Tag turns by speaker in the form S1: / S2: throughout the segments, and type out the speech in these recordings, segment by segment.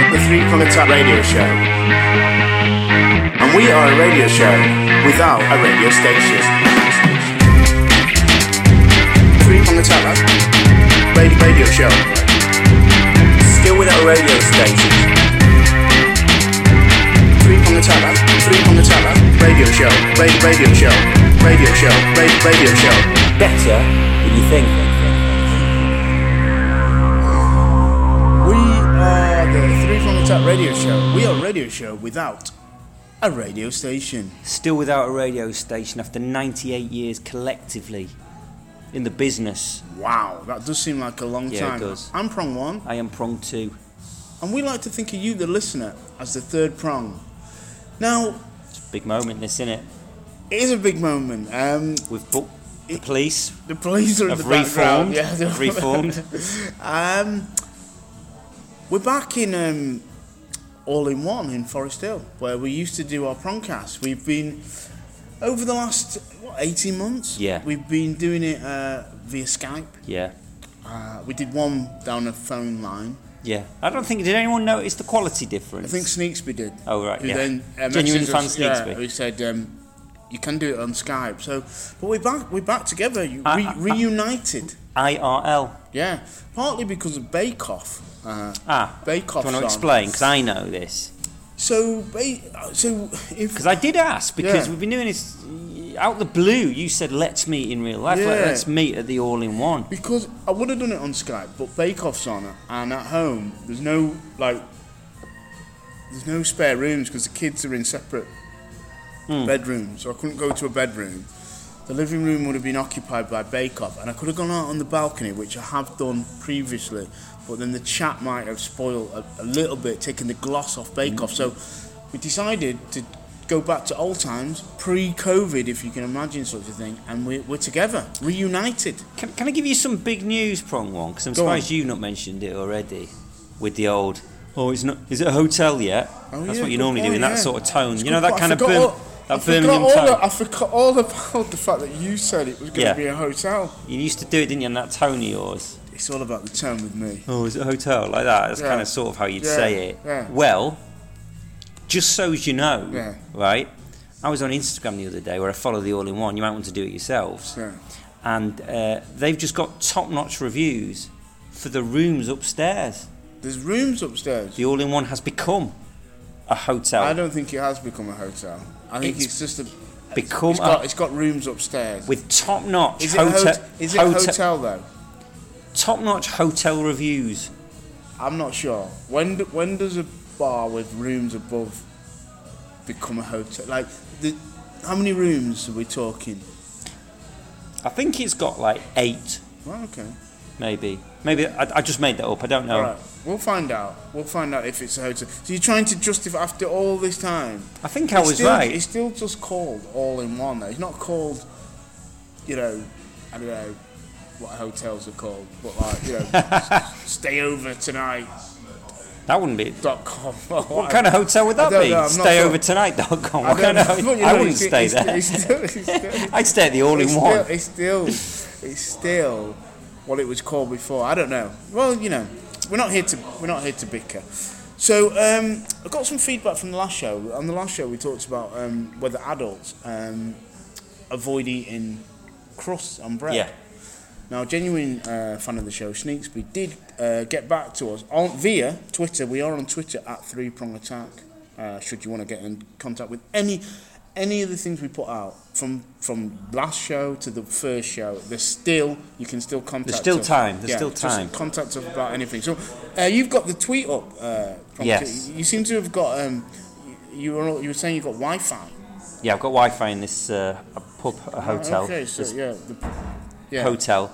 S1: the Top Radio Show. And we are a radio show without a radio station. Three on the Top Radio, radio Show. Still without a radio station. Three on the Top Three on the Top Radio Show. Radio, radio Show. Radio Show. Radio, radio Show.
S2: Better than you think.
S1: We are the Three from the Top radio show. We are a radio show without a radio station.
S2: Still without a radio station after 98 years collectively in the business.
S1: Wow, that does seem like a long
S2: Yeah, it
S1: time.
S2: does.
S1: I'm prong one,
S2: I am prong two.
S1: and we like to think of you, the listener, as the third prong. Now,
S2: It's a big moment, this, isn't it?
S1: it is a big moment. Um,
S2: We've booked the police.
S1: the police are in
S2: Have
S1: the background.
S2: reformed.
S1: Yeah, they're-
S2: reformed.
S1: um, we're back in um, All in One in Forest Hill, where we used to do our promcast. We've been over the last what, 18 months.
S2: Yeah.
S1: We've been doing it uh, via Skype.
S2: Yeah.
S1: Uh, we did one down a phone line.
S2: Yeah. I don't think. Did anyone notice the quality
S1: I
S2: difference?
S1: think Sneaksby did.
S2: Oh, right.
S1: Who
S2: Yeah.
S1: then uh,
S2: Genuine
S1: messaged
S2: fan
S1: us,
S2: Sneaksby.
S1: Yeah, who said um, you can do it on Skype. So, but we're back. We're back together. You,
S2: I-
S1: re-
S2: I- I-
S1: reunited.
S2: IRL.
S1: Yeah, partly because of Bake Off. Uh,
S2: Ah.
S1: Bake
S2: Do
S1: Off.
S2: you want to
S1: song.
S2: explain? Because I know this.
S1: So, ba- uh, so if
S2: Because I did ask, because
S1: Yeah.
S2: we've been doing this uh, out the blue. You said, let's meet in real life. Let,
S1: Yeah.
S2: let's meet at the all in one.
S1: because I would have done it on Skype, but Bake Off's on, and at home there's no like there's no spare rooms because the kids are in separate bedrooms, so I couldn't go to a bedroom. The living room would have been occupied by Bake Off, and I could have gone out on the balcony, which I have done previously, but then the chat might have spoiled a, a little bit, taking the gloss off Bake Off. So we decided to go back to old times, pre-COVID, if you can imagine such a thing, and we're, we're together, reunited.
S2: Can, can I give you some big news, prong one? Because I'm
S1: Go
S2: surprised you've not mentioned it already. With the old, oh, it's not. Is it a hotel yet?
S1: Oh,
S2: That's
S1: yeah,
S2: what you
S1: good
S2: normally do
S1: point,
S2: in that
S1: yeah.
S2: sort of tone.
S1: It's
S2: you know
S1: good
S2: that
S1: point.
S2: kind
S1: I
S2: of
S1: forgot
S2: Birm-
S1: all- I
S2: that
S1: forgot
S2: Birmingham
S1: all
S2: tone.
S1: that- I forgot all about the fact that you said it was going
S2: Yeah.
S1: to be a hotel.
S2: You used to do it, didn't you? In that tone of yours.
S1: It's all about the tone with me.
S2: Oh, is it a hotel like that? That's
S1: Yeah.
S2: kind of sort of how you'd
S1: Yeah,
S2: say it.
S1: yeah.
S2: Well, just so as you know,
S1: Yeah.
S2: right? I was on Instagram the other day where I follow the all in one. You might want to do it yourselves.
S1: Yeah.
S2: And uh, they've just got top notch reviews for the rooms upstairs.
S1: There's rooms upstairs.
S2: The all in one has become a hotel.
S1: I don't think it has become a hotel. I think it's,
S2: It's
S1: just a.
S2: become
S1: it's got,
S2: a,
S1: it's got rooms upstairs.
S2: with top notch
S1: is it, a
S2: hotel,
S1: hot- is it a hotel though?
S2: top notch hotel reviews.
S1: I'm not sure. When do, when does a bar with rooms above become a hotel? Like, the, how many rooms are we talking?
S2: I think it's got like eight,
S1: Well, okay.
S2: maybe. Maybe I, I just made that up. I don't know.
S1: All right. We'll find out. We'll find out if it's a hotel. So you're trying to justify after all this time.
S2: I think I
S1: it's
S2: was
S1: still,
S2: right.
S1: It's still just called all in one. Though. It's not called, you know, I don't know what hotels are called, but like you know, stayovertonight.com.
S2: that wouldn't be.
S1: or
S2: What
S1: whatever.
S2: kind of hotel would
S1: I
S2: that
S1: don't
S2: be?
S1: know, I'm not
S2: stay
S1: sure.
S2: over tonight. dot com.
S1: I
S2: What
S1: don't
S2: kind
S1: know,
S2: of hotel?
S1: but you
S2: I
S1: know,
S2: wouldn't
S1: it's-
S2: stay
S1: it's-
S2: there.
S1: It's still, it's still,
S2: I'd stay at the all
S1: it's,
S2: in
S1: still,
S2: one.
S1: it's still, it's still what it was called before. I don't know. Well, you know, we're not here to we're not here to bicker. So um, I got some feedback from the last show. On the last show, we talked about um, whether adults um, avoid eating crusts on bread.
S2: Yeah.
S1: Now, a genuine uh, fan of the show, Sneaksby, did uh, get back to us on via Twitter. We are on Twitter at Three Prong Attack. Uh, should you want to get in contact with any any of the things we put out from from last show to the first show, there's still you can still contact.
S2: still
S1: us.
S2: time, there's
S1: yeah,
S2: still time.
S1: Just contact us about anything. So uh, you've got the tweet up. Uh, Prong
S2: Yes.
S1: Attack. You seem to have got. Um, you were you were saying you got Wi-Fi.
S2: Yeah, I've got Wi-Fi in this uh, pub, a hotel,
S1: Oh, Okay, so
S2: this
S1: yeah. The, yeah.
S2: hotel.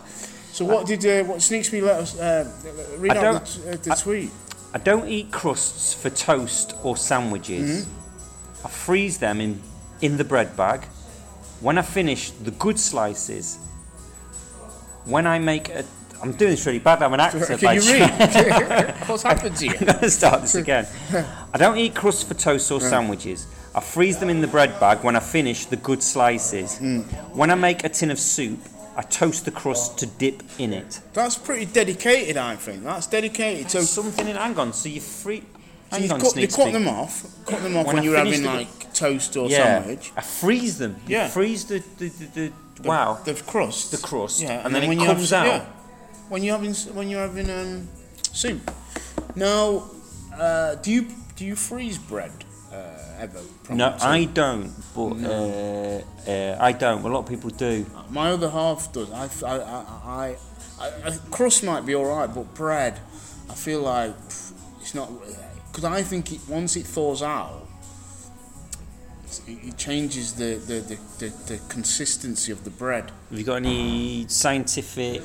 S1: So what did uh, what Sneaksby let us uh, read
S2: I
S1: out the, t- uh, the
S2: I-
S1: tweet?
S2: I don't eat crusts for toast or sandwiches.
S1: Mm-hmm.
S2: I freeze them in, in the bread bag. When I finish the good slices, when I make a. I'm doing this really bad, I'm an actor. by
S1: Can you
S2: tra-
S1: read? What's happened to you?
S2: I'm going to start this again. I don't eat crusts for toast or sandwiches. I freeze them in the bread bag when I finish the good slices.
S1: Mm.
S2: When I make a tin of soup, I toast the crust to dip in it.
S1: That's pretty dedicated, I think. That's dedicated.
S2: So
S1: So
S2: something in hang on. So you free. Hang
S1: you
S2: on,
S1: cut, you
S2: sneak
S1: cut
S2: peek.
S1: them off. Cut them off
S2: When
S1: when,
S2: I
S1: you're
S2: finish
S1: having
S2: the-
S1: like toast or
S2: yeah,
S1: sandwich.
S2: I freeze them. You
S1: Yeah.
S2: freeze the the, the, the,
S1: The-
S2: wow
S1: The crust.
S2: the crust,
S1: Yeah,
S2: and, then,
S1: when
S2: it
S1: you're
S2: comes out.
S1: having- yeah. When you're having s- when you're having um, soup. Now, uh, do you do you freeze bread uh, ever?
S2: No,
S1: properly?
S2: I don't. But uh, uh, I don't. A lot of people do.
S1: My other half does. I, f- I, I, I, I- I- crust might be all right, but bread, I feel like pff, it's not. Because I think it, once it thaws out, it's- it, it changes the, the, the, the, the consistency of the bread.
S2: Have you got any scientific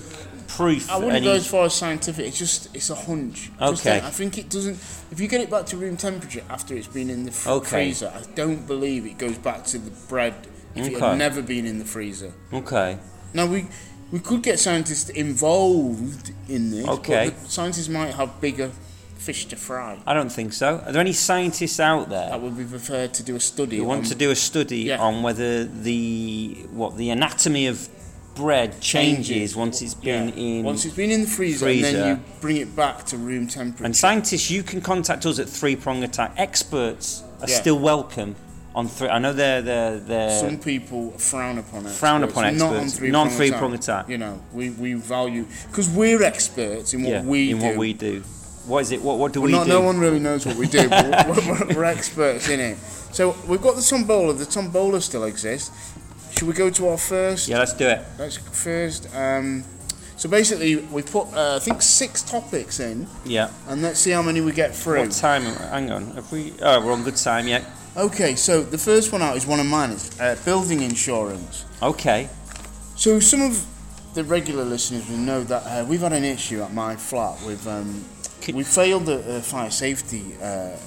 S2: proof?
S1: I wouldn't
S2: any,
S1: go as far as scientific. It's just it's a hunch. Just
S2: Okay.
S1: that- I think it doesn't. If you get it back to room temperature after it's been in the fr-
S2: Okay.
S1: freezer, I don't believe it goes back to the bread if it
S2: Okay.
S1: had never been in the freezer.
S2: okay.
S1: Now we we could get scientists involved in this.
S2: Okay.
S1: But the scientists might have bigger fish to fry.
S2: I don't think so. Are there any scientists out there
S1: That would be preferred to do a study.
S2: who want
S1: on
S2: to do a study
S1: Yeah.
S2: on whether the what the anatomy of bread changes, once it's been
S1: Yeah.
S2: in?
S1: once it's been in the freezer, and
S2: freezer.
S1: then you bring it back to room temperature.
S2: and scientists, you can contact us at Three Prong Attack. Experts are
S1: Yeah.
S2: still welcome on three. I know they're they're they're.
S1: some people frown upon it.
S2: uh, Frown upon
S1: Not on
S2: experts,
S1: three
S2: not on
S1: prong
S2: three-prong attack.
S1: You know, we, we value because we're experts in what
S2: yeah,
S1: we
S2: in
S1: do.
S2: what we do. What is it? What what do
S1: Well,
S2: we
S1: not,
S2: do?
S1: No one really knows what we do, but we're, we're, we're experts in it. So we've got the tombola. The tombola still exists. Should we go to our first?
S2: Yeah, let's do it.
S1: Let's first. Um, so basically, we put uh, I think six topics in,
S2: Yeah.
S1: and let's see how many we get through.
S2: What time? Hang on. Have we? Oh, we're on good time. Yeah.
S1: Okay, so the first one out is one of mine. It's uh, building insurance.
S2: Okay.
S1: So some of the regular listeners will know that uh, we've had an issue at my flat with um,
S2: Could-
S1: we failed the uh, fire safety uh,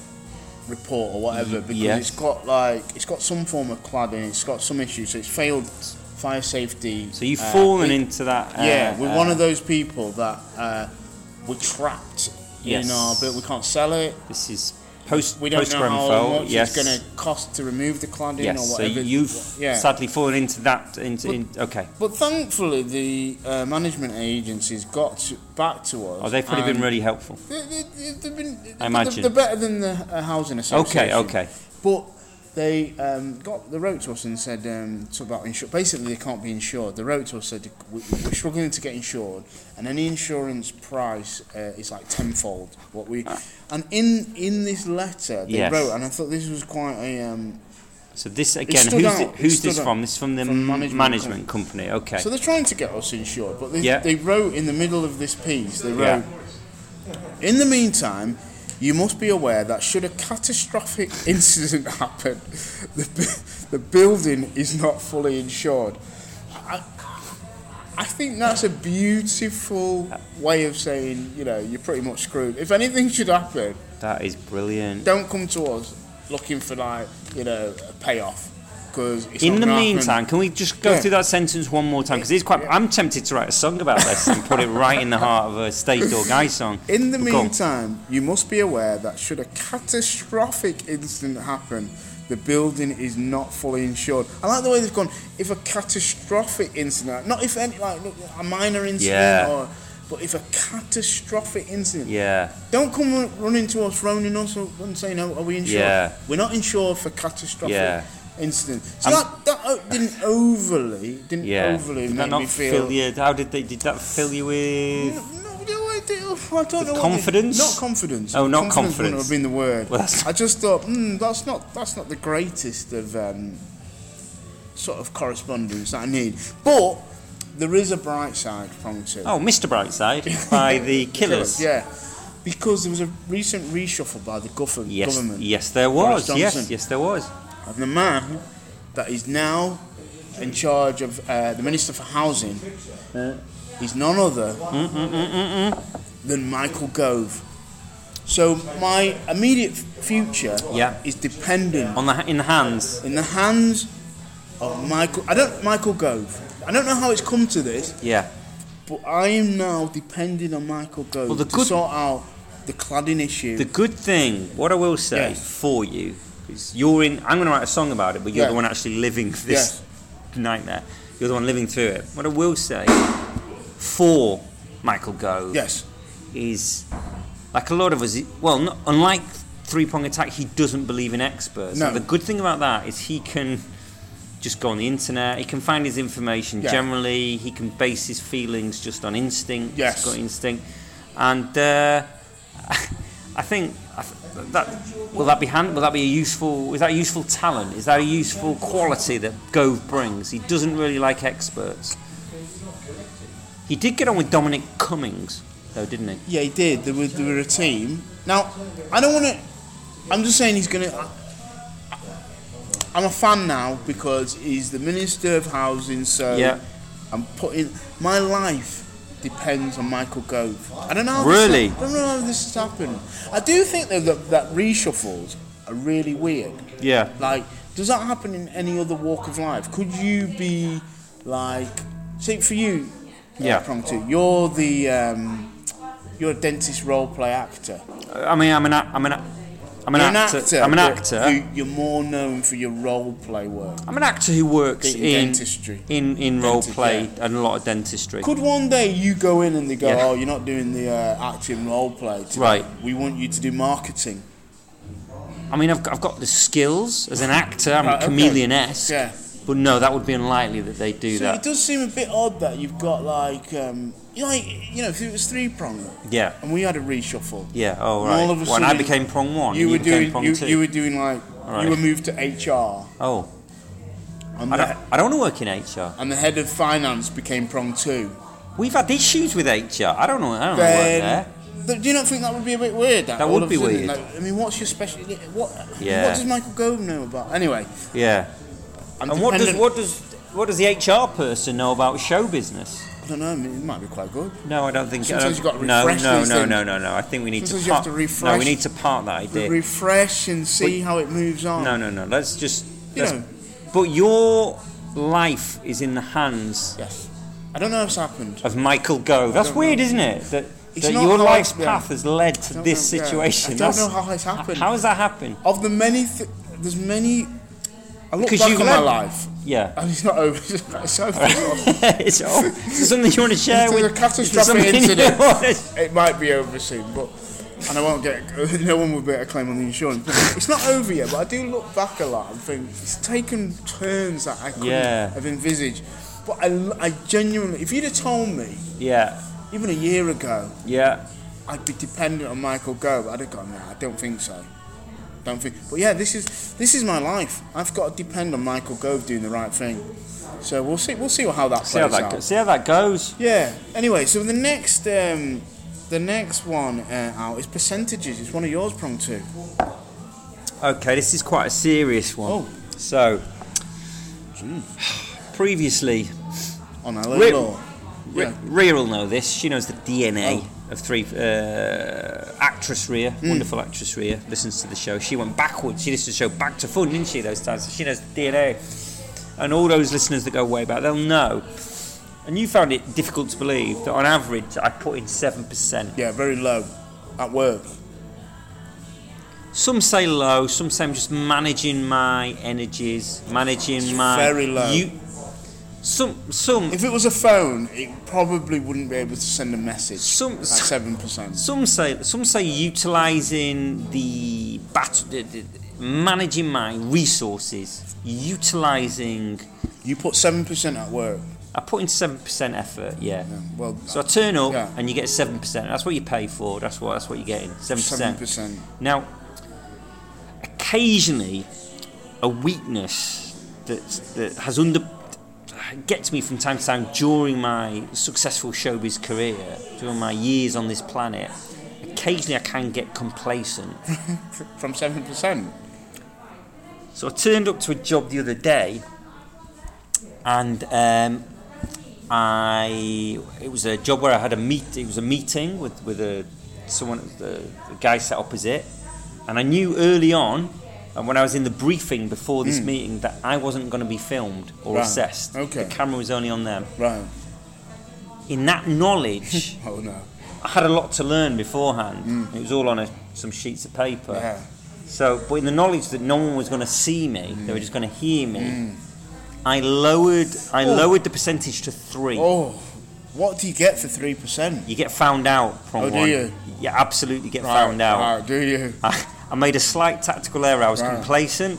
S1: report or whatever because
S2: yes.
S1: it's got like it's got some form of cladding, it's got some issue, so it's failed fire safety.
S2: So you've
S1: uh,
S2: fallen
S1: we-
S2: into that. Uh,
S1: yeah, we're one
S2: uh,
S1: of those people that uh, we're trapped
S2: uh, Yes.
S1: in our but we can't sell it.
S2: This is post.
S1: We don't
S2: post
S1: know
S2: Grenfell,
S1: how much
S2: yes.
S1: it's going to cost to remove the cladding
S2: Yes.
S1: or
S2: So
S1: whatever.
S2: you've
S1: yeah.
S2: sadly fallen into that. Into. In, okay.
S1: But thankfully, the uh, management agencies got to, back to us.
S2: Oh, they've probably been
S1: and
S2: really helpful.
S1: They, they, they, they've been. I
S2: imagine.
S1: they're better than the uh, housing association.
S2: Okay. Okay.
S1: But they um, got they wrote to us and said um, so about insur- Basically, they can't be insured. They wrote to us said "We- we're struggling to get insured, and any insurance price uh, is like tenfold what we. And in in this letter they
S2: Ah. Yes.
S1: wrote, and I thought this was quite a. Um,
S2: So this again.
S1: stood
S2: Who's
S1: out,
S2: thi-
S1: it
S2: who's
S1: stood
S2: this
S1: out.
S2: from? This is from the
S1: From
S2: management,
S1: management
S2: management company. Okay.
S1: so they're trying to get us insured, but they,
S2: Yeah.
S1: they wrote in the middle of this piece. They wrote.
S2: Yeah.
S1: In the meantime, you must be aware that should a catastrophic incident happen, the, bu- the building is not fully insured. I, I think that's a beautiful way of saying, you know, you're pretty much screwed. If anything should happen,
S2: that is brilliant.
S1: don't come to us looking for, like, you know, a payoff. Because
S2: In the meantime, can we just go
S1: Yeah.
S2: through that sentence one more time? Because it's quite. I'm tempted to write a song about this and put it right in the heart of a State Dog Guy song.
S1: In the
S2: But go on.
S1: meantime, you must be aware that should a catastrophic incident happen, the building is not fully insured. I like the way they've gone. If a catastrophic incident, not if any, like look, a minor incident,
S2: Yeah.
S1: or but if a catastrophic incident,
S2: Yeah.
S1: don't come run- running to us, running us up and saying, "Oh, are we insured?
S2: Yeah.
S1: We're not insured for catastrophic."
S2: Yeah.
S1: Incident. So
S2: I'm-
S1: that, that uh, didn't overly didn't
S2: Yeah.
S1: overly
S2: did
S1: make
S2: that not
S1: me feel.
S2: fill you? How did they? Did that fill you with?
S1: No, no, I don't, I don't know. what
S2: confidence?
S1: the- not confidence.
S2: Oh, not
S1: confidence.
S2: confidence.
S1: Wouldn't have been the word.
S2: Well, that's-
S1: I just thought, hmm, that's not that's not the greatest of um, sort of correspondence that I need. But there is a bright side from it.
S2: Oh, Mr. Brightside by the Killers.
S1: Yeah, because there was a recent reshuffle by the Guffin
S2: Yes,
S1: government,
S2: yes, there
S1: Boris
S2: was. Yes,
S1: Johnson.
S2: yes, there was.
S1: and the man that is now in charge of uh, the Minister for Housing
S2: Uh.
S1: is none other
S2: Mm,
S1: than Michael Gove. So my immediate f- future
S2: Yeah.
S1: is dependent
S2: On the ha- in the hands.
S1: in the hands of Michael. I don't Michael Gove. I don't know how it's come to this,
S2: Yeah.
S1: but I am now depending on Michael Gove
S2: Well, the
S1: to
S2: good-
S1: sort out the cladding issue.
S2: The good thing, what I will say
S1: Yes.
S2: for you, is you're in. I'm going to write a song about it, but you're
S1: Yeah.
S2: the one actually living this
S1: Yes.
S2: nightmare. You're the one living through it. What I will say for Michael Gove
S1: yes,
S2: is, like a lot of us, well, not, unlike three prong attack, he doesn't believe in experts.
S1: No.
S2: And the good thing about that is he can just go on the internet. He can find his information
S1: Yeah.
S2: generally. He can base his feelings just on instinct,
S1: Yes.
S2: gut instinct, and uh, I think I th- that will that be hand, will that be a useful is that a useful talent? Is that a useful quality that Gove brings? He doesn't really like experts. He did get on with Dominic Cummings though, didn't he?
S1: Yeah, he did. They were, they were a team. Now, I don't want to. I'm just saying he's going to. I'm a fan now because he's the Minister of Housing, so
S2: Yeah.
S1: I'm putting. My life depends on Michael Gove. I don't know how
S2: Really?
S1: This, I don't know how this has happened. I do think, though, that, that reshuffles are really weird.
S2: Yeah.
S1: Like, does that happen in any other walk of life? Could you be like, say for you, uh,
S2: Yeah.
S1: Promptu, you're the um, you're a dentist role play actor.
S2: I mean, I'm an a- I'm an a- I'm an
S1: You're
S2: actor. I'm an
S1: but
S2: actor.
S1: You, you're more known for your role play work,
S2: I'm an actor who works
S1: in
S2: in
S1: dentistry.
S2: in in role
S1: Dentist,
S2: play and a lot of dentistry.
S1: Could one day you go in and they go,
S2: Yeah.
S1: "Oh, you're not doing the uh, acting role play today.
S2: Right.
S1: We want you to do marketing."
S2: I mean, I've got, I've got the skills as an actor. I'm
S1: Right,
S2: a
S1: okay.
S2: chameleon esque.
S1: Yeah.
S2: But no, that would be unlikely that they do
S1: So it
S2: that.
S1: does seem a bit odd that you've got like, um, you know, like you know, if it was three prong
S2: Yeah.
S1: and we had a reshuffle.
S2: Yeah. Oh
S1: And
S2: right.
S1: all of a
S2: well, and I
S1: sudden,
S2: became prong one.
S1: you
S2: and
S1: were
S2: became
S1: doing
S2: prong
S1: you,
S2: two.
S1: you were doing like
S2: Alright.
S1: you were moved to HR
S2: oh,
S1: and
S2: I
S1: the,
S2: don't, I don't want to work in HR.
S1: and the head of finance became prong two.
S2: We've had issues with HR. I don't know. I don't know work
S1: Then
S2: there.
S1: th- do you not think that would be a bit weird?
S2: That
S1: all
S2: would
S1: of a
S2: be
S1: sudden,
S2: weird.
S1: like, I mean, what's your special? What
S2: Yeah.
S1: what does Michael Gove know about? Anyway,
S2: Yeah.
S1: I'm
S2: And what does
S1: dependent-
S2: what does what does the HR person know about show business?
S1: I don't know. I mean, it might be quite good.
S2: No, I don't think. I
S1: Sometimes
S2: don't-
S1: you've got to
S2: no,
S1: refresh
S2: no,
S1: these
S2: no,
S1: things.
S2: no, no, no. I think we need
S1: Sometimes
S2: to.
S1: you have
S2: Part,
S1: to
S2: No, we
S1: refresh-
S2: need to part that idea.
S1: Refresh and see how it moves on.
S2: No, no, no. Let's just.
S1: You
S2: let's-
S1: know.
S2: But your life is in the hands
S1: Yes. I don't know what's happened.
S2: of Michael Gove. That's
S1: don't
S2: weird, isn't it? That,
S1: It's
S2: that
S1: not
S2: your
S1: how I-
S2: life's
S1: yeah.
S2: path has led
S1: I
S2: to
S1: don't
S2: this
S1: know, yeah.
S2: situation.
S1: I don't
S2: That's-
S1: know how it's happened.
S2: How has that happened?
S1: Of the many, th- there's many. I look
S2: Because
S1: back
S2: you
S1: on my
S2: led-
S1: life,
S2: Yeah.
S1: and it's not over. It's over.
S2: it's all, is there something you want to share
S1: It's a
S2: with
S1: catastrophic
S2: is there something you
S1: incident.
S2: wanna-
S1: It might be over soon, but and I won't get no one will be able to claim on the insurance. But it's not over yet, but I do look back a lot and think it's taken turns that I couldn't
S2: Yeah.
S1: have envisaged. But I, I genuinely, if you'd have told me
S2: Yeah.
S1: even a year ago
S2: Yeah.
S1: I'd be dependent on Michael Gove, I'd have gone, nah, I don't think so. Don't think. But yeah, this is this is my life. I've got to depend on Michael Gove doing the right thing. So we'll see. We'll see how that plays
S2: See how that
S1: out.
S2: go- see how that goes.
S1: Yeah. Anyway, so the next um, the next one uh, out is percentages. It's one of yours, prong two.
S2: Okay, this is quite a serious one.
S1: Oh.
S2: So previously
S1: On our
S2: Wait.
S1: law. Yeah. Oh.
S2: Ria will know this. She knows the DNA of three. Uh, actress Ria,
S1: Hmm.
S2: wonderful actress Ria, listens to the show. She went backwards. She listened to the show back to front, didn't she? Those times, so she knows the DNA. And all those listeners that go way back, they'll know. And you found it difficult to believe that on average I put in seven percent.
S1: Yeah, very low at work.
S2: Some say low, some say I'm just managing my energies, managing my
S1: very low.
S2: You, some some
S1: If it was a phone, it probably wouldn't be able to send a message.
S2: Some-
S1: at seven percent.
S2: Some say some say utilising the, bat- the, the managing my resources, utilising.
S1: You put seven percent at work.
S2: I put in seven percent effort, yeah.
S1: Yeah, well, uh,
S2: So I turn up
S1: Yeah.
S2: and you get seven percent. That's what you pay for. That's what that's what you're getting. Seven
S1: seven
S2: percent.
S1: percent.
S2: Now, occasionally, a weakness that that has under gets me from time to time during my successful showbiz career, during my years on this planet. Occasionally, I can get complacent.
S1: From seven percent.
S2: So I turned up to a job the other day, and um, I it was a job where I had a meet. It was a meeting with with a someone the, the guy sat opposite, and I knew early on, and when I was in the briefing before this meeting, that I wasn't going to be filmed or
S1: Hmm. Right.
S2: assessed.
S1: Okay.
S2: The camera was only on them.
S1: Right.
S2: In that knowledge,
S1: Oh no.
S2: I had a lot to learn beforehand. It was all on a, some sheets of paper.
S1: Hmm. Yeah.
S2: So, but in the knowledge that no one was going to see me, they were just going to hear me. I lowered, I
S1: Oh.
S2: lowered the percentage to three.
S1: Oh, what do you get for three percent?
S2: You get found out from
S1: Oh, do
S2: one.
S1: you?
S2: absolutely get found out.
S1: Right, do you?
S2: I, I made a slight tactical error. I was
S1: Right.
S2: complacent.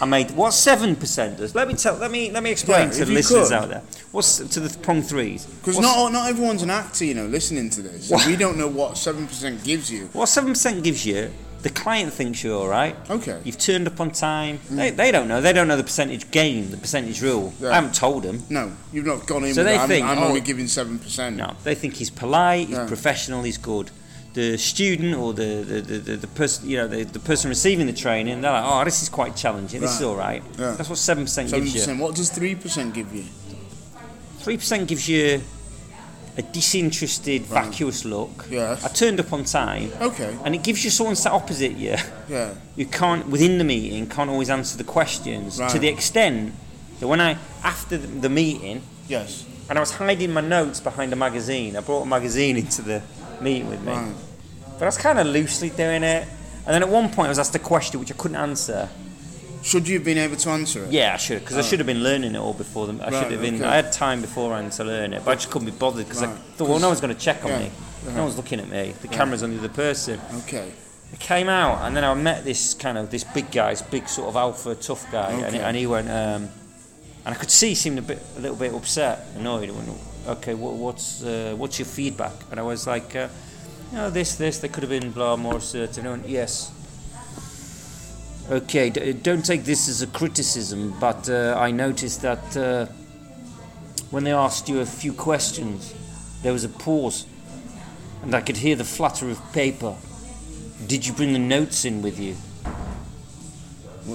S2: I made what seven percenters. Let me tell. Let me let me explain
S1: Yeah,
S2: to
S1: if
S2: the
S1: you
S2: listeners
S1: could.
S2: out there. What's to the prong threes?
S1: Because
S2: What's-
S1: not not everyone's an actor, you know, listening to this.
S2: What?
S1: We don't know what seven percent gives you.
S2: What seven percent gives you, the client thinks you're all right.
S1: Okay.
S2: You've turned up on time. They, they don't know. They don't know the percentage gain, the percentage rule.
S1: Mm. Yeah.
S2: I haven't told them.
S1: No, you've not gone in.
S2: So
S1: with
S2: they
S1: it. I'm,
S2: think,
S1: I'm
S2: oh-
S1: only giving seven percent.
S2: No, they think he's polite, he's
S1: Yeah.
S2: professional, he's good. The student or the the, the, the, the person you know the, the person receiving the training, they're like, oh, this is quite challenging. This is
S1: Right.
S2: all right.
S1: Yeah.
S2: That's what seven percent
S1: Seven
S2: gives you.
S1: percent. What does three percent give you?
S2: Three percent gives you a disinterested,
S1: Right.
S2: vacuous look.
S1: Yes.
S2: I turned up on time,
S1: Okay.
S2: and it gives you someone sat opposite you.
S1: Yeah.
S2: you can't within the meeting can't always answer the questions to
S1: Right.
S2: the extent that when I after the, the meeting
S1: Yes.
S2: and I was hiding my notes behind a magazine. I brought a magazine into the meeting with me,
S1: Right.
S2: but I was kind of loosely doing it. And then at one point, I was asked a question which I couldn't answer.
S1: Should you have been able to answer it?
S2: Yeah, I should because I should have been learning it all before them. I should
S1: Oh. Right,
S2: have been.
S1: okay.
S2: I had time beforehand to learn it, but I just couldn't be bothered because I
S1: Right,
S2: thought, well, no one's going to check on
S1: yeah, uh-huh.
S2: me.
S1: yeah.
S2: No one's looking at me. The camera's on the other person.
S1: Okay.
S2: I came out and then I met this kind of this big guy, this big sort of alpha tough guy, and,
S1: Okay.
S2: and he went, um, and I could see he seemed a bit, a little bit upset, annoyed. I went, okay, what, what's uh, what's your feedback? And I was like, uh, you know, this, this, they could have been blah more assertive. And he went, yes. Okay, d- don't take this as a criticism, but uh, I noticed that uh, when they asked you a few questions, there was a pause, and I could hear the flutter of paper. Did you bring the notes in with you?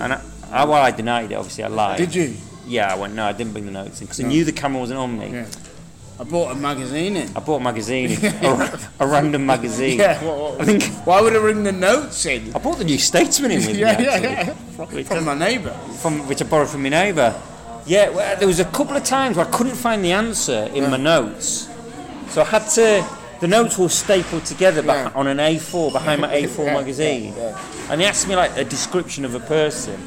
S2: And I, I, well, I denied it. Obviously, I lied.
S1: Did you?
S2: Yeah, I went. No, I didn't bring the notes in because I
S1: No.
S2: knew the camera wasn't on me.
S1: Yeah. I bought a magazine in.
S2: I bought a magazine, a, ra- a random magazine.
S1: Yeah. What, what-
S2: I think
S1: Why would I bring the notes in?
S2: I bought the New Statesman in with
S1: yeah,
S2: me
S1: yeah,
S2: actually,
S1: yeah.
S2: Which,
S1: From my neighbour.
S2: from, which I borrowed from my neighbour. Yeah, well, there was a couple of times where I couldn't find the answer in my notes, so I had to. The notes were stapled together beh-
S1: Yeah.
S2: on an A4 behind my A4
S1: Yeah,
S2: magazine,
S1: yeah,
S2: and they asked me like a description of a person.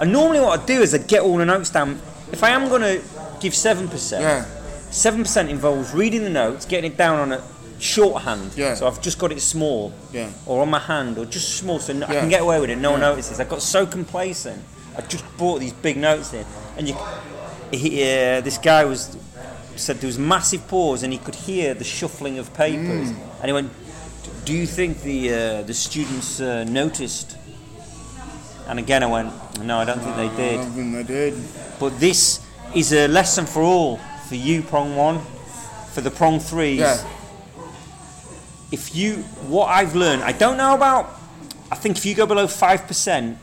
S2: And normally, what I do is I get all the notes down. If I am going to give seven percent,
S1: Yeah.
S2: Seven percent involves reading the notes, getting it down on a shorthand.
S1: Yeah.
S2: So I've just got it small.
S1: Yeah.
S2: Or on my hand, or just small, so no, I
S1: Yeah.
S2: can get away with it. No one
S1: Yeah.
S2: notices. I got so complacent. I just brought these big notes in, and you, he, uh, this guy was said there was massive pause, and he could hear the shuffling of papers,
S1: Mm.
S2: and he went, "Do you think the uh, the students uh, noticed?" And again, I went, "No, I don't think they did."
S1: I think they did.
S2: But this is a lesson for all. For you, prong one. For the prong threes.
S1: Yeah.
S2: If you, what I've learned, I don't know about. I think if you go below five percent,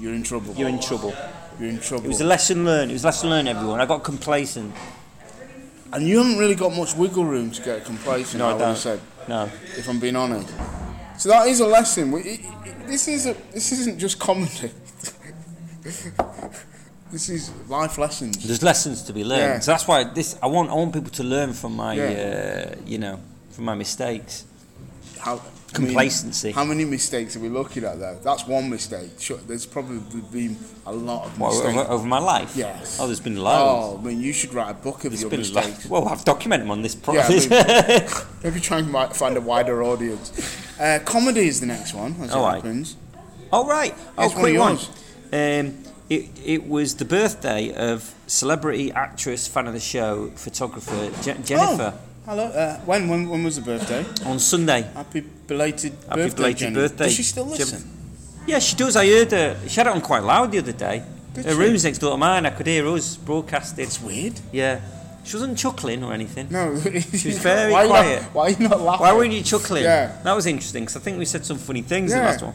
S1: You're in trouble.
S2: you're in trouble.
S1: You're in trouble.
S2: It was a lesson learned. It was a lesson learned, everyone. I got complacent.
S1: and you haven't really got much wiggle room to get complacent,
S2: No, I
S1: I would have
S2: don't.
S1: said,
S2: No,
S1: if I'm being honest. So that is a lesson. We- it- it- This, is a, this isn't just comedy. this is life lessons.
S2: there's lessons to be learned.
S1: Yeah.
S2: So that's why this. I want. I want people to learn from my.
S1: Yeah.
S2: Uh, you know, from my mistakes.
S1: How, I mean,
S2: Complacency.
S1: how many mistakes are we looking at there? That's one mistake. Sure, there's probably been a lot of
S2: What,
S1: mistakes.
S2: over, over my life.
S1: Yes.
S2: Oh, there's been
S1: Oh,
S2: loads.
S1: I mean, you should write a book of
S2: there's
S1: your
S2: been
S1: mistakes.
S2: loads. Well, I've documented them on this. Pro-
S1: Yeah, I Maybe try and mi- find a wider audience. Uh, comedy is the next one, as
S2: All
S1: it
S2: right.
S1: happens.
S2: Oh right, oh
S1: It's one of
S2: quick one.
S1: yours.
S2: Um, it it was the birthday of celebrity actress, fan of the show, photographer Je- Jennifer
S1: Hello. Uh, when, when when was the birthday?
S2: on Sunday.
S1: Happy belated
S2: Happy
S1: birthday,
S2: belated
S1: Jenny.
S2: birthday,
S1: Does she still
S2: Jen-
S1: listen?
S2: Yeah, she does. I heard her. She had it on quite loud the other day.
S1: Did
S2: her
S1: she?
S2: room's next door to mine. I could hear us broadcasted.
S1: It's weird.
S2: Yeah, she wasn't chuckling or anything.
S1: No,
S2: was very
S1: why you not-
S2: quiet.
S1: why are you not laughing?
S2: Why weren't you chuckling?
S1: Oh. Yeah.
S2: That was interesting because I think we said some funny things in the
S1: Yeah.
S2: last one.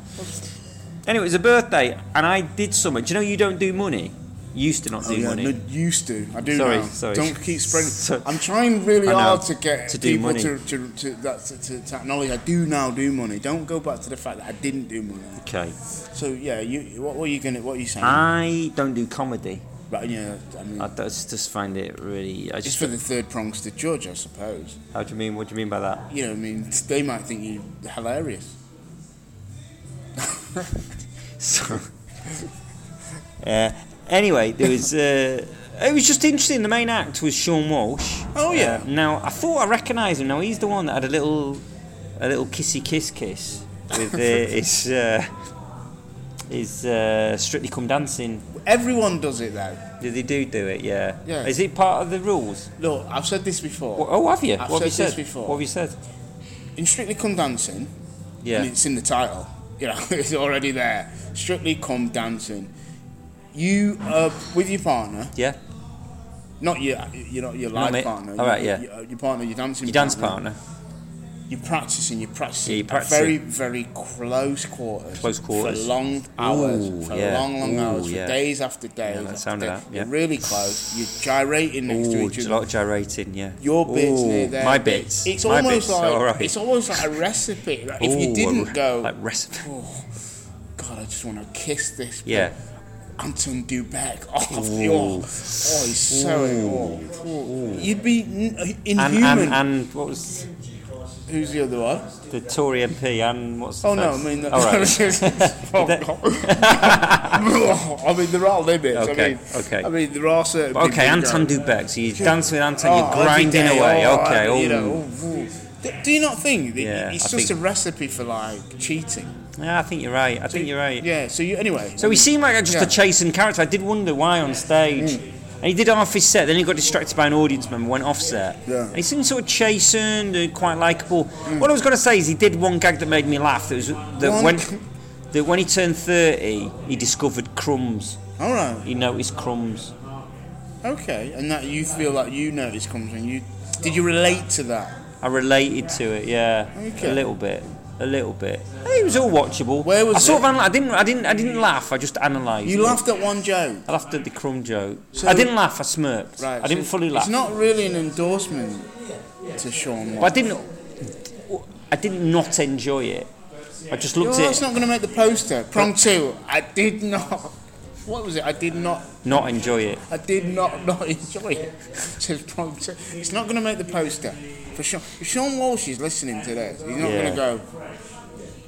S2: Anyway, it was a birthday and I did something. Do you know you don't do money? You used to not
S1: Oh,
S2: do
S1: yeah,
S2: money.
S1: no, used to. I do
S2: Sorry,
S1: now.
S2: sorry.
S1: Don't keep spreading.
S2: So-
S1: I'm trying really
S2: I know,
S1: hard to get
S2: to do
S1: people
S2: money.
S1: to to, to, that, to to to acknowledge I do now do money. Don't go back to the fact that I didn't do money.
S2: Okay.
S1: So yeah, you what were you gonna what are you saying?
S2: I don't do comedy.
S1: But yeah, I mean,
S2: Ah. I just, just find it really. I
S1: it's
S2: just.
S1: for the third prongs to judge, I suppose.
S2: How do you mean? What do you mean by that?
S1: You know, I mean, they might think you hilarious.
S2: So, uh, anyway, there was. Uh, it was just interesting. The main act was Sean Walsh.
S1: Oh, yeah.
S2: Uh, now I thought I recognised him. Now he's the one that had a little, a little kissy kiss kiss. with uh, his uh, his uh, Strictly Come Dancing.
S1: Everyone does it though.
S2: Did They do do it, yeah.
S1: Yeah.
S2: Is it part of the rules?
S1: Look, I've said this before.
S2: Wha- Oh, have you?
S1: I've
S2: what have you
S1: said
S2: said?
S1: this before.
S2: What have you said?
S1: In Strictly Come Dancing, and
S2: Yeah.
S1: it's in the title. You know, it's already there. Strictly Come Dancing. You are with your partner,
S2: Yeah.
S1: not your, you're not your
S2: No,
S1: life
S2: mate.
S1: partner.
S2: All right,
S1: your-
S2: yeah.
S1: Your, your partner, your dancing.
S2: Your dance partner.
S1: You're practicing. You're practicing.
S2: Yeah, you're
S1: at
S2: practicing.
S1: Very, very close quarters.
S2: Close quarters.
S1: For long hours.
S2: Ooh,
S1: for
S2: yeah.
S1: long, long
S2: Ooh,
S1: hours. For
S2: yeah.
S1: days after days.
S2: that
S1: after
S2: sounded
S1: days.
S2: that, yeah.
S1: You're really close. You're gyrating next to
S2: Ooh,
S1: each
S2: a
S1: other.
S2: lot of gyrating, yeah.
S1: Your bits
S2: Ooh,
S1: near there.
S2: My bits.
S1: It's
S2: my
S1: almost
S2: bits.
S1: like
S2: All right.
S1: it's almost like a recipe. Like, if
S2: Ooh, a
S1: you didn't
S2: re-
S1: go,
S2: Like recipe.
S1: oh, God, I just want to kiss this. bit."
S2: Yeah.
S1: Anton Dubek off
S2: Ooh.
S1: the oh, oh, he's so in awe. Ooh. You'd be n- uh,
S2: And,
S1: inhuman.
S2: and, and what was
S1: Who's the other one?
S2: the Tory MP? And what's the
S1: Oh no, I
S2: first-
S1: mean, the,
S2: All right.
S1: oh, God. I mean, there are limits. I
S2: Okay,
S1: mean,
S2: okay.
S1: I mean, there are certain. people
S2: Okay,
S1: who
S2: Anton
S1: go,
S2: Dubek. So you dance with Anton,
S1: "Oh,
S2: you're
S1: every
S2: grinding
S1: day,
S2: away.
S1: oh,
S2: okay,
S1: I-
S2: oh,
S1: you know, oh, ooh." Do- Do you not think that
S2: Yeah,
S1: it's
S2: I
S1: just
S2: think-
S1: a recipe for like cheating?
S2: yeah, I think you're right. I think you're right.
S1: Yeah. So you anyway.
S2: So he seemed like just
S1: Yeah. Mm.
S2: a chasing character. I did wonder why on stage. And he did half his set, then he got distracted by an audience member, went off set.
S1: Yeah.
S2: And he seemed sort of chasing, uh, quite likable. What I was going to say is he did one gag that made me laugh. That was that
S1: Mm. One
S2: when
S1: g-
S2: that when he turned thirty, he discovered crumbs.
S1: All right.
S2: He noticed crumbs.
S1: Okay. And that you feel like you notice comes when you. Did you relate to that?
S2: I related to it, yeah,
S1: Okay.
S2: a little bit, a little bit. It was all watchable.
S1: Where was
S2: I sort
S1: it?
S2: of anal- I didn't, I didn't, I didn't laugh. I just analysed.
S1: You
S2: it.
S1: laughed at one joke.
S2: I laughed at the crumb joke.
S1: So-
S2: I didn't laugh. I smirked.
S1: Right.
S2: I didn't
S1: so
S2: fully laugh.
S1: It's not really an endorsement to Sean
S2: But I
S1: Watts.
S2: didn't. I did not enjoy it. I just
S1: Oh,
S2: looked
S1: that's
S2: at it,
S1: not going to make the poster. Prong two. I did not. What was it? I did not.
S2: not enjoy it.
S1: I did not not enjoy it. Says prong two. It's not going to make the poster for Sean. If Sean Walsh is listening to this, he's not
S2: Yeah.
S1: going to go.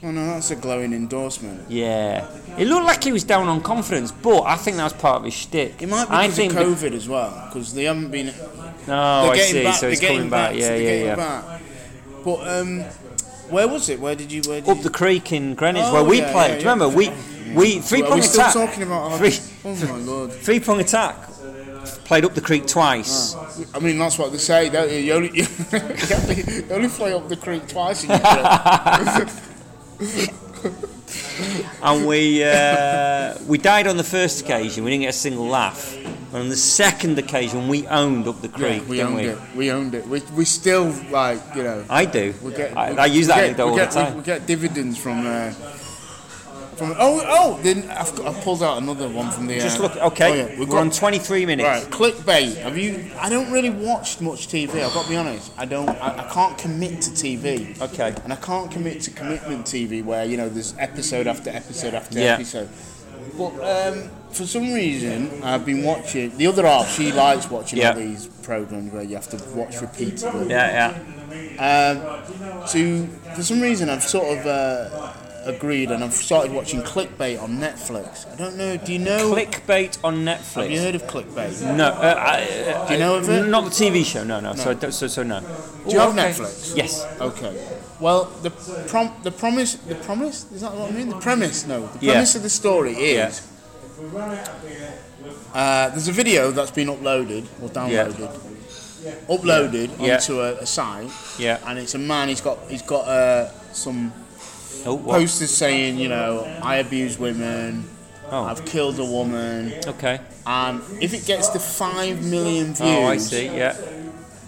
S1: Oh no, that's a glowing endorsement.
S2: Yeah, it looked like he was down on confidence, but I think that was part of his shtick.
S1: It might be
S2: I
S1: because
S2: think
S1: of COVID as well, because they haven't been.
S2: no, I
S1: they're getting
S2: see.
S1: back.
S2: so he's
S1: they're
S2: coming
S1: getting
S2: back.
S1: back.
S2: Yeah,
S1: they're
S2: yeah,
S1: getting
S2: yeah.
S1: Back. But um, where was it? Where did you? Where did
S2: Up
S1: you-
S2: Oh, the creek in Greenwich
S1: Oh,
S2: where we
S1: yeah,
S2: played.
S1: yeah,
S2: Do
S1: yeah.
S2: you remember we we three
S1: Are we
S2: prong
S1: still
S2: attack?
S1: talking about? our-
S2: Three-
S1: Oh my lord.
S2: Three prong attack played up the creek twice.
S1: I mean, that's what they say, don't you? You only, you only, you only fly up the creek twice in your trip.
S2: and we uh, we died on the first occasion. We didn't get a single laugh. And on the second occasion, we owned up the creek,
S1: we
S2: didn't
S1: owned
S2: we?
S1: it. We owned it. We, we still, like, you know,
S2: I do.
S1: we get.
S2: I,
S1: we-
S2: I use that
S1: we get-
S2: anecdote
S1: we
S2: all
S1: get,
S2: the
S1: We,
S2: time.
S1: we get dividends from. Uh, from oh, oh, then I've, got, I've pulled out another one from the.
S2: Just
S1: uh,
S2: look. Okay,
S1: oh, yeah,
S2: we're
S1: we've got,
S2: on 23 minutes.
S1: Right, clickbait. Have you? I don't really watch much TV. I've got to be honest. I don't. I, I can't commit to TV.
S2: Okay.
S1: And I can't commit to commitment TV where you know there's episode after episode after
S2: Yeah.
S1: episode. But um, for some reason, I've been watching the other half. She likes watching
S2: Yeah.
S1: all these programs where you have to watch repeatedly.
S2: Yeah,
S1: Um, to for some reason, I've sort of. Uh, Agreed, and I've started watching clickbait on Netflix. I don't know. Do you
S2: yeah.
S1: know?
S2: Clickbait on
S1: have you
S2: Netflix.
S1: heard of clickbait?
S2: No, uh, I, uh,
S1: Do you know of it?
S2: Not the TV show. No, no. So, I don't- so, so no.
S1: Do you have Netflix?
S2: Yes.
S1: Okay. Well, the prom, the promise, the promise is that what I mean? The premise, no. The
S2: Yeah.
S1: premise of the story is uh, there's a video that's been uploaded or downloaded, uploaded
S2: Yeah.
S1: onto a, a site,
S2: Yeah.
S1: and it's a man. He's got he's got uh, some
S2: Oh, what?
S1: posters saying, you know, I abuse women,
S2: Oh,
S1: I've killed a woman,
S2: okay.
S1: and if it gets to five million views,
S2: Oh, I see. Yeah.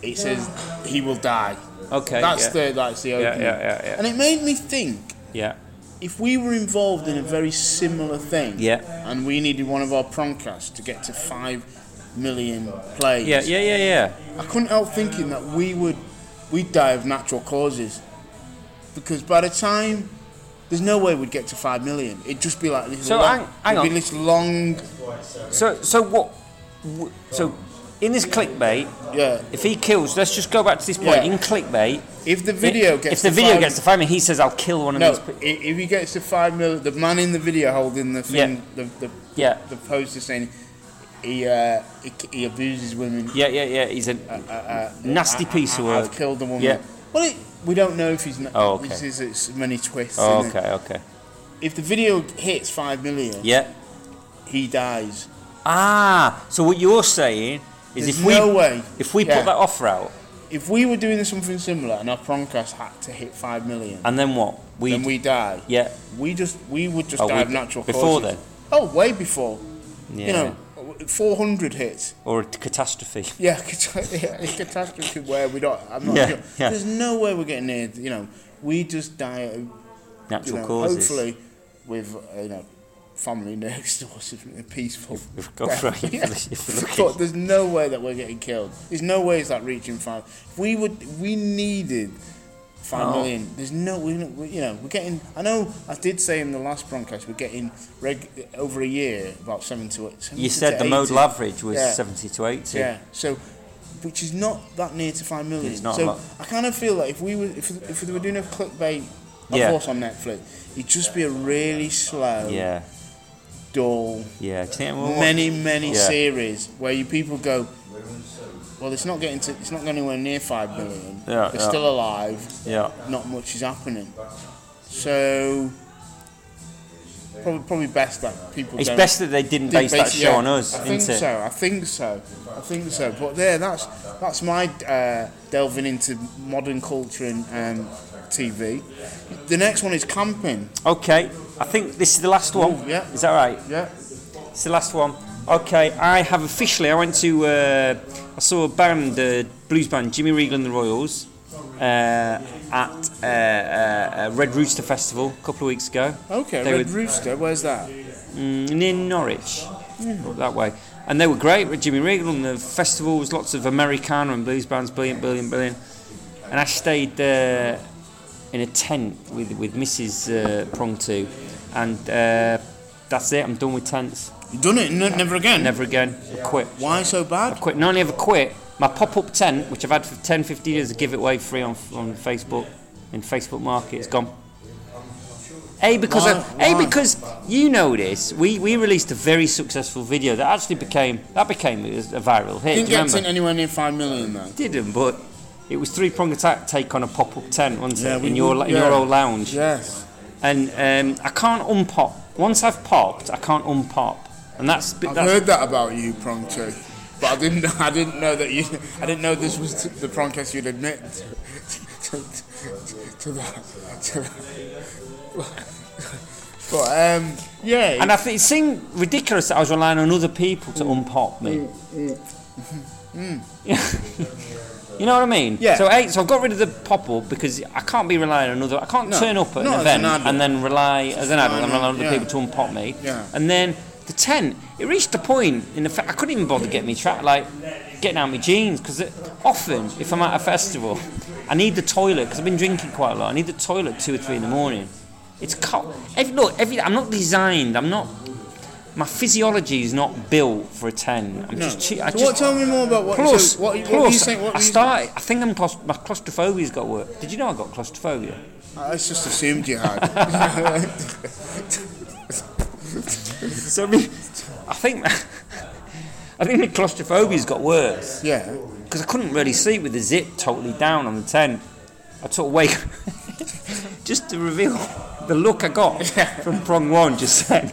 S1: it says he will die.
S2: Okay.
S1: That's
S2: yeah.
S1: the that's the
S2: Yeah,
S1: opening.
S2: yeah, yeah, yeah.
S1: And it made me think
S2: Yeah.
S1: if we were involved in a very similar thing,
S2: Yeah.
S1: and we needed one of our promcasts to get to five million plays,
S2: Yeah. Yeah. Yeah. Yeah.
S1: I couldn't help thinking that we would we'd die of natural causes because by the time there's no way we'd get to five million, it'd just be like this
S2: So
S1: long,
S2: hang- hang
S1: it'd be
S2: on.
S1: this long,
S2: So, so what? w- So, in this clickbait,
S1: yeah.
S2: if he kills, let's just go back to this point.
S1: Yeah.
S2: In clickbait,
S1: If the video
S2: if,
S1: gets
S2: if the
S1: to
S2: video
S1: five,
S2: gets to five, and he says, "I'll kill one of
S1: no,
S2: these," pe-"
S1: i- if he gets to five million, the man in the video holding the thing, the, the
S2: yeah,
S1: the poster saying he uh, he, he abuses women.
S2: yeah, yeah, yeah. He's a
S1: Uh, uh,
S2: Nasty
S1: I-
S2: piece
S1: I-
S2: of
S1: I-
S2: work.
S1: I've killed a woman.
S2: Yeah.
S1: Well, it, We don't know if he's. Not,
S2: Oh, okay.
S1: This is it's many twists.
S2: Oh,
S1: innit?
S2: okay, okay.
S1: If the video hits five million,
S2: Yeah.
S1: he dies.
S2: Ah, so what you're saying is
S1: There's
S2: if
S1: no
S2: we
S1: way.
S2: if we
S1: Yeah.
S2: put that offer out
S1: If we were doing something similar and our promcast had to hit five million,
S2: and then what we
S1: then we die.
S2: yeah
S1: We just we would just
S2: oh,
S1: die
S2: we-
S1: of natural
S2: before
S1: causes. Oh, way before.
S2: then yeah
S1: You know, 400 hits.
S2: or a catastrophe
S1: Yeah, cat- yeah, catastrophe where we don't. I'm not
S2: Yeah,
S1: sure.
S2: yeah.
S1: There's no way we're getting near. You know, we just die. Of, you
S2: natural
S1: know,
S2: causes
S1: hopefully, with uh, you know, family next door, something peaceful.
S2: We've got right if,
S1: Yeah.
S2: if we're lucky.
S1: But there's no way that we're getting killed. There's no way it's that reaching five. If we would, we needed five
S2: No.
S1: million. There's no, we, we- you know, we're getting. I know I did say in the last broadcast we're getting reg, over a year about seven to eight.
S2: you said the modal
S1: modal
S2: average was
S1: Yeah.
S2: 70 to 80
S1: Yeah. So, which is not that near to five million.
S2: It's not a
S1: so
S2: lot.
S1: I kind of feel like if we were, if, if they were doing a clickbait, of
S2: Yeah.
S1: course on Netflix, it'd just be a really slow,
S2: yeah
S1: dull,
S2: yeah Do you think we'll
S1: many many
S2: Yeah.
S1: series where you people go. Well, it's not getting to, it's not going anywhere near five million.
S2: Yeah,
S1: They're
S2: yeah.
S1: still alive.
S2: watch- yeah
S1: Not much is happening. So. Probably, probably best that people
S2: it's
S1: don't
S2: best that they didn't
S1: did
S2: base that
S1: basi-
S2: show
S1: yeah.
S2: on us
S1: I think
S2: isn't it
S1: so. I think so. I think so. But there, that's that's my uh, delving into modern culture and um, TV. The next one is camping.
S2: okay I think this is the last one
S1: Ooh, yeah.
S2: is that right
S1: Yeah.
S2: It's the last one. Okay, I have officially. I went to. Uh, I saw a band, uh, blues band, Jimmy Regal and the Royals, uh, at uh, uh, uh, Red Rooster Festival a couple of weeks ago
S1: Okay.
S2: They
S1: Red
S2: would-
S1: Rooster. Where's that?
S2: mm, near Norwich, up that way. And they were great. Jimmy Regal and the festival was lots of Americana and blues bands, brilliant, brilliant, brilliant. And I stayed there in a tent with with Mrs. Uh, Prongtu, and uh, that's it. I'm done with tents.
S1: You done it? No, never again.
S2: Never again. I quit.
S1: Why so bad?
S2: quit. Not only have I quit, my pop-up tent, which I've had for 10, 15 years, I give it away free on, on Facebook, in Facebook Market, it's gone. A because I-
S1: Why?
S2: A
S1: Why?
S2: because you know this. We, we released a very successful video that actually became that became a a viral
S1: Didn't
S2: hit. do you
S1: get
S2: remember?
S1: sent anywhere near five million though.
S2: Didn't, but it was three prong attack take on a pop up tent, wasn't
S1: Yeah,
S2: it?
S1: we-
S2: In your
S1: we-
S2: in your
S1: yeah.
S2: old lounge.
S1: Yes.
S2: And um, I can't unpop. Once I've popped, I can't unpop. And that's
S1: I've
S2: that's
S1: heard that about you, Prong Two. But I didn't. I didn't know that you. I didn't know this was t- the promcast you'd admit to, to, to, to that. To that. But um, yeah,
S2: And I think it seemed ridiculous that I was relying on other people
S1: Mm.
S2: to unpop me. you know what I mean?
S1: Yeah.
S2: So eight. So I've got rid of the pop up because I can't be relying on other. I can't
S1: No,
S2: turn up at an
S1: not as an
S2: event
S1: adult.
S2: and then rely as an adult and
S1: fine,
S2: rely on other
S1: yeah.
S2: people to unpop me.
S1: Yeah.
S2: And then the tent. It reached a point in the fact I couldn't even bother getting me trapped like getting out my jeans because often if I'm at a festival, I need the toilet because I've been drinking quite a lot. I need the toilet two or three in the morning. It's cold. Every, look, every, I'm not designed. I'm not. My physiology is not built for a ten. I'm
S1: no.
S2: just. Che- I
S1: so
S2: just
S1: what? Tell me more about what.
S2: plus,
S1: so what,
S2: plus,
S1: what were you saying? What
S2: I
S1: were you-
S2: started. I think I'm claust- my claustrophobia's got worse. Did you know I got claustrophobia?
S1: I Uh, just assumed you had.
S2: So I, mean, I think I think my claustrophobia's got worse
S1: yeah.
S2: because I couldn't really sleep with the zip totally down on the tent. I took away just to reveal the look I got from prong one just then,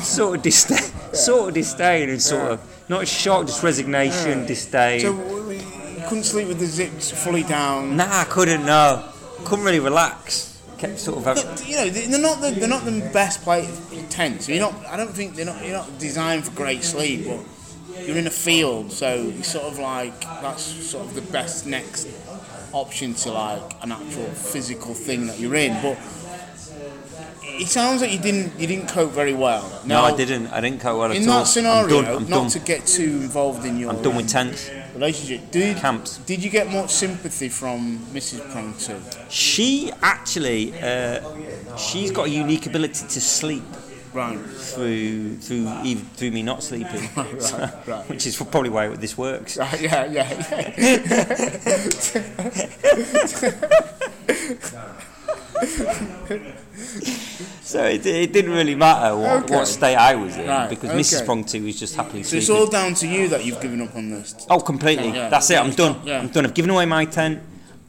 S2: sort of disdain, sort of disdain, and sort of not shock, just resignation, disdain.
S1: So w- w- you couldn't sleep with the zips fully down.
S2: Nah, I couldn't. No, couldn't really relax. Kept sort of. having-
S1: But, you know they're not the, they're not the best play tents. You're not. I don't think they're not. You're not designed for great sleep. But you're in a field, so it's sort of like that's sort of the best next option to like an actual physical thing that you're in. But it sounds like you didn't you didn't cope very well.
S2: no,
S1: Now,
S2: I didn't. I didn't cope well at
S1: In
S2: all.
S1: that scenario,
S2: I'm done. I'm
S1: not
S2: done.
S1: to get too involved in your
S2: I'm done with tents,
S1: relationship, did
S2: camps.
S1: did you get much sympathy from Mrs. Prongton?
S2: She actually, uh, she's got a unique ability to sleep
S1: Right,
S2: through through even through me not sleeping,
S1: Right,
S2: So-
S1: right.
S2: which is probably why this works.
S1: right, yeah, yeah, yeah.
S2: So it, it didn't really matter what,
S1: Okay.
S2: what state I was in
S1: Right,
S2: because Mrs.
S1: okay.
S2: Prongty was just happily
S1: So it's
S2: sleeping.
S1: all down to you that you've given up on this.
S2: Oh, completely.
S1: Yeah.
S2: That's it. I'm done.
S1: Yeah.
S2: I'm done. I've given away my tent.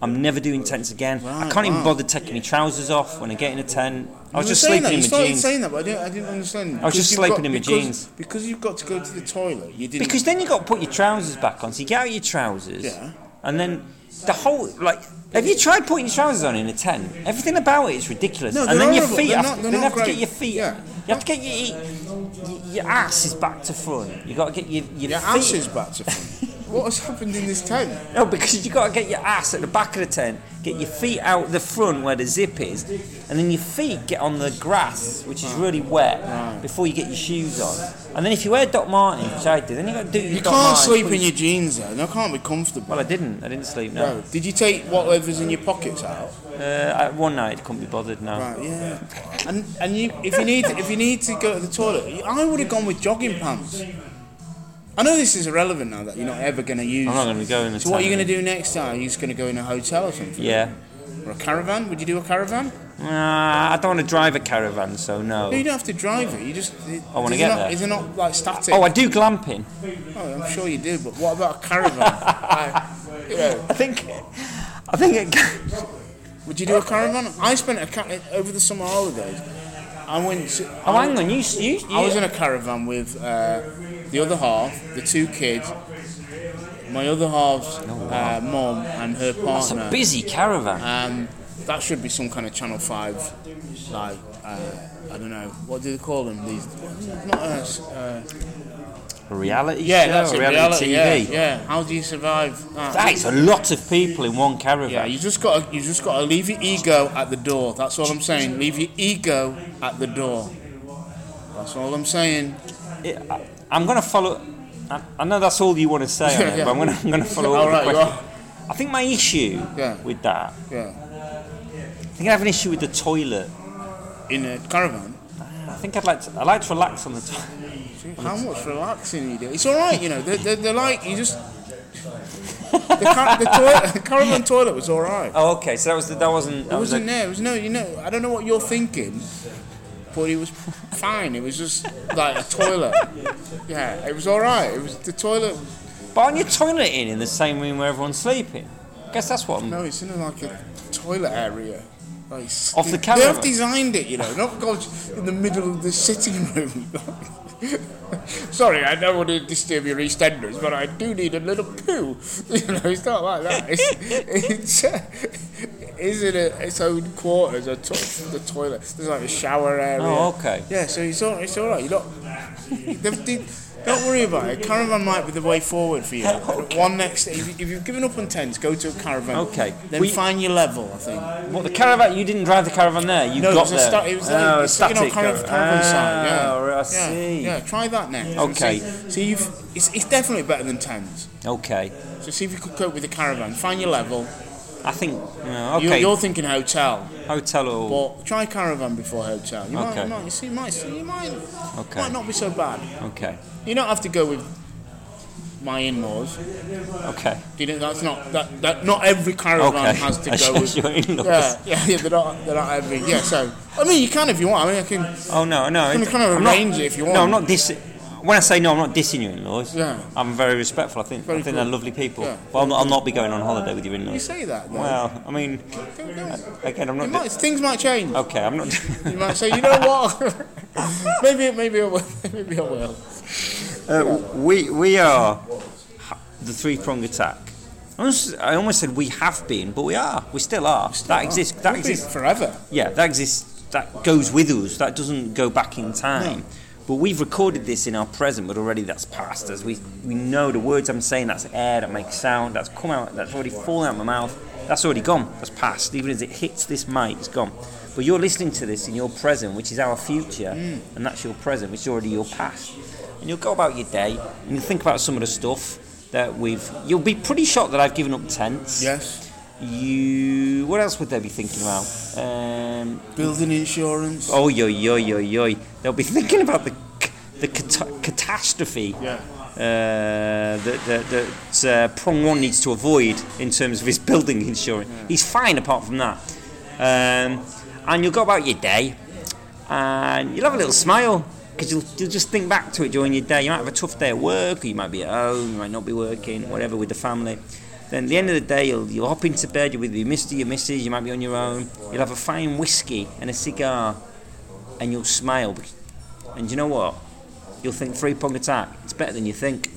S2: I'm never doing tents again. I
S1: Right,
S2: can't even
S1: wow.
S2: bother taking my trousers off when I get in a tent. I was
S1: You
S2: just
S1: were saying
S2: sleeping
S1: that.
S2: in
S1: you
S2: my
S1: started
S2: jeans.
S1: saying that, but I didn't, I didn't understand.
S2: I was
S1: Because
S2: just
S1: you've
S2: sleeping
S1: got-
S2: in my
S1: because-
S2: jeans.
S1: Because you've got to go to the toilet. You didn't.
S2: Because then you got to put your trousers back on. So you get out your trousers.
S1: Yeah.
S2: And then the whole like. Have you tried putting your trousers on in a tent? Everything about it is ridiculous.
S1: No,
S2: and
S1: they're
S2: then your
S1: horrible.
S2: feet.
S1: They're
S2: have,
S1: not- they're
S2: then you
S1: not
S2: have to get
S1: great.
S2: your feet.
S1: Yeah.
S2: You have to get your, your your ass is back to front. You got to get your your,
S1: your
S2: feet.
S1: ass is back to front. What has happened in this tent?
S2: No, because you got to get your ass at the back of the tent, get your feet out the front where the zip is, and then your feet get on the grass, which is really wet, before you get your shoes on. And then if you wear Doc Martens, which I did, then you got to do your
S1: You
S2: Doc
S1: can't
S2: Martens,
S1: sleep
S2: put
S1: in your jeans though. No, can't be comfortable.
S2: Well, I didn't. I didn't sleep. No.
S1: No. Did you take whatever's in your pockets out?
S2: Uh, I, one night, couldn't be bothered. No.
S1: Right, yeah. And and you, if you need if you need to go to the toilet, you- I would have gone with jogging pants. I know this is irrelevant now that you're not ever going to use.
S2: I'm not going to go in the.
S1: so what are you going to do next time? Are you just going to go in a hotel or something,
S2: Yeah.
S1: or a caravan? Would you do a caravan?
S2: Nah, Uh, I don't want to drive a caravan, so
S1: No, you
S2: no.
S1: don't have to drive it. You just. It,
S2: I wanna
S1: is it
S2: get
S1: not,
S2: there.
S1: Is it not like static?
S2: Oh, I do glamping.
S1: Oh, I'm sure you do, but what about a caravan? Like, you know,
S2: I think. I think it.
S1: would you do a caravan? I spent a ca- over the summer holidays. I went. To,
S2: Oh, hang on. You. you,
S1: I was in a caravan with uh, the other half, the two kids, my other half's uh, mom and her
S2: It's Oh, a
S1: partner.
S2: busy caravan.
S1: Um, that should be some kind of Channel Five, like uh, I don't know what do they call them? These not us. Uh,
S2: A reality
S1: yeah,
S2: show.
S1: that's
S2: a
S1: it,
S2: reality,
S1: reality. Yeah,
S2: TV.
S1: yeah. How do you survive? That?
S2: That is a lot of people in one
S1: Yeah,
S2: caravan.
S1: you just got to you just got to leave your ego at the door. That's all I'm saying. Leave your ego at the door. That's all I'm saying.
S2: It- I, I'm going to follow. I, I know that's all you want to say, on it,
S1: Yeah.
S2: but I'm going to I'm gonna follow all
S1: All right,
S2: the
S1: you
S2: questions. I think my issue
S1: Yeah.
S2: with that,
S1: Yeah,
S2: I think I have an issue with the toilet.
S1: in a caravan.
S2: I think I'd like to, I like to relax on the toilet.
S1: How much relaxing you do? It's all right, you know. They're, they're, they're like you just. the, car- the, toilet, the caravan toilet was all right.
S2: Oh, okay. So that was the, that wasn't.
S1: It
S2: That was
S1: wasn't
S2: a,
S1: there. It was no, you know. I don't know what you're thinking, but it was fine. It was just like a toilet. Yeah, it was all right. It was the toilet.
S2: but aren't your toilet in in the same room where everyone's sleeping? I guess that's what. I'm,
S1: No, it's in like a toilet area. Like,
S2: Off
S1: They
S2: the caravan?
S1: have designed it, you know. Not gone in the middle of the sitting room. Sorry, I don't want to disturb your EastEnders, but I do need a little poo. You know, it's not like that. It's, it's, uh, it's in a, its own quarters, a to- the toilet. There's like a shower area.
S2: Oh, okay.
S1: Yeah, so it's all, it's all right. You're not, they've- they- don't worry about it. Caravan might be the way forward for you. One next, if, you- if you've given up on tents, go to a caravan.
S2: Okay.
S1: Then
S2: We-
S1: find your level, I think.
S2: What the caravan? You didn't drive the caravan there. You
S1: No, it
S2: got
S1: was
S2: there.
S1: a sta- it was like,
S2: oh, a
S1: it's like an old
S2: static
S1: caravan, caravan side. Yeah.
S2: Ah, I
S1: yeah,
S2: see.
S1: Yeah, try that next. and
S2: Okay.
S1: See, see you've, it's, it's definitely better than tents.
S2: Okay.
S1: So see if you could cope with the caravan. Find your level.
S2: I think. yeah,
S1: You're,
S2: okay.
S1: you're thinking hotel,
S2: Hotel or
S1: but try caravan before hotel. You might,
S2: Okay.
S1: you might, you see, you might, see, you might,
S2: Okay.
S1: might not be so bad.
S2: okay.
S1: You don't have to go with my in-laws.
S2: Okay.
S1: You know, that's not that, that not every caravan
S2: Okay.
S1: has to
S2: I
S1: go
S2: guess
S1: with.
S2: you're in laws.
S1: Yeah, yeah, yeah, they're not, they're not every. Yeah, so I mean, you can if you want. I mean, I can.
S2: Oh no, no.
S1: You can kind of
S2: I'm not-
S1: arrange it if you want.
S2: No, I'm not dis. When I say no, I'm not dissing your in-laws.
S1: Yeah.
S2: I'm very respectful. I think I
S1: Very
S2: think
S1: cool.
S2: they're lovely people.
S1: Yeah.
S2: But I'll, not- I'll not be going on holiday with your
S1: You
S2: in-laws.
S1: say that. Though.
S2: Well, I mean,
S1: Don't- don't-
S2: again, I'm
S1: It
S2: not.
S1: might, things might change.
S2: di- okay, I'm not.
S1: You might say, you know what? maybe, maybe I will. Maybe I will.
S2: Uh, we we are ha- the three prong attack. I almost, I almost said we have been, but we are. We still are. that exists. That
S1: Could be
S2: exists.
S1: forever.
S2: Yeah, that exists. That goes with us. That doesn't go back in time. But we've recorded this in our present, but already that's past us. We we know the words I'm saying. That's air. That makes sound. That's come out. That's already fallen out my mouth. That's already gone. That's past. Even as it hits this mic, it's gone. But you're listening to this in your present, which is our future, and that's your present, which is already your past. And you'll go about your day, and you'll think about some of the stuff that we've. You'll be pretty shocked that I've given up tents.
S1: Yes.
S2: You. What else would they be thinking about? Um,
S1: Building insurance.
S2: oh, yo, yo, yo, yo. They'll be thinking about the c- the cata- catastrophe
S1: Yeah.
S2: uh, that that, that uh, Prong One needs to avoid in terms of his building insurance. He's fine apart from that. Um, and you'll go about your day, and you'll have a little smile because you'll, you'll just think back to it during your day. You might have a tough day at work, or you might be at home, you might not be working, whatever with the family. Then at the end of the day, you'll, you'll hop into bed, you'll be with your mister, your missus, you might be on your own. You'll have a fine whiskey and a cigar, and you'll smile. bec- And you know what? You'll think three prong attack. It's better than you think.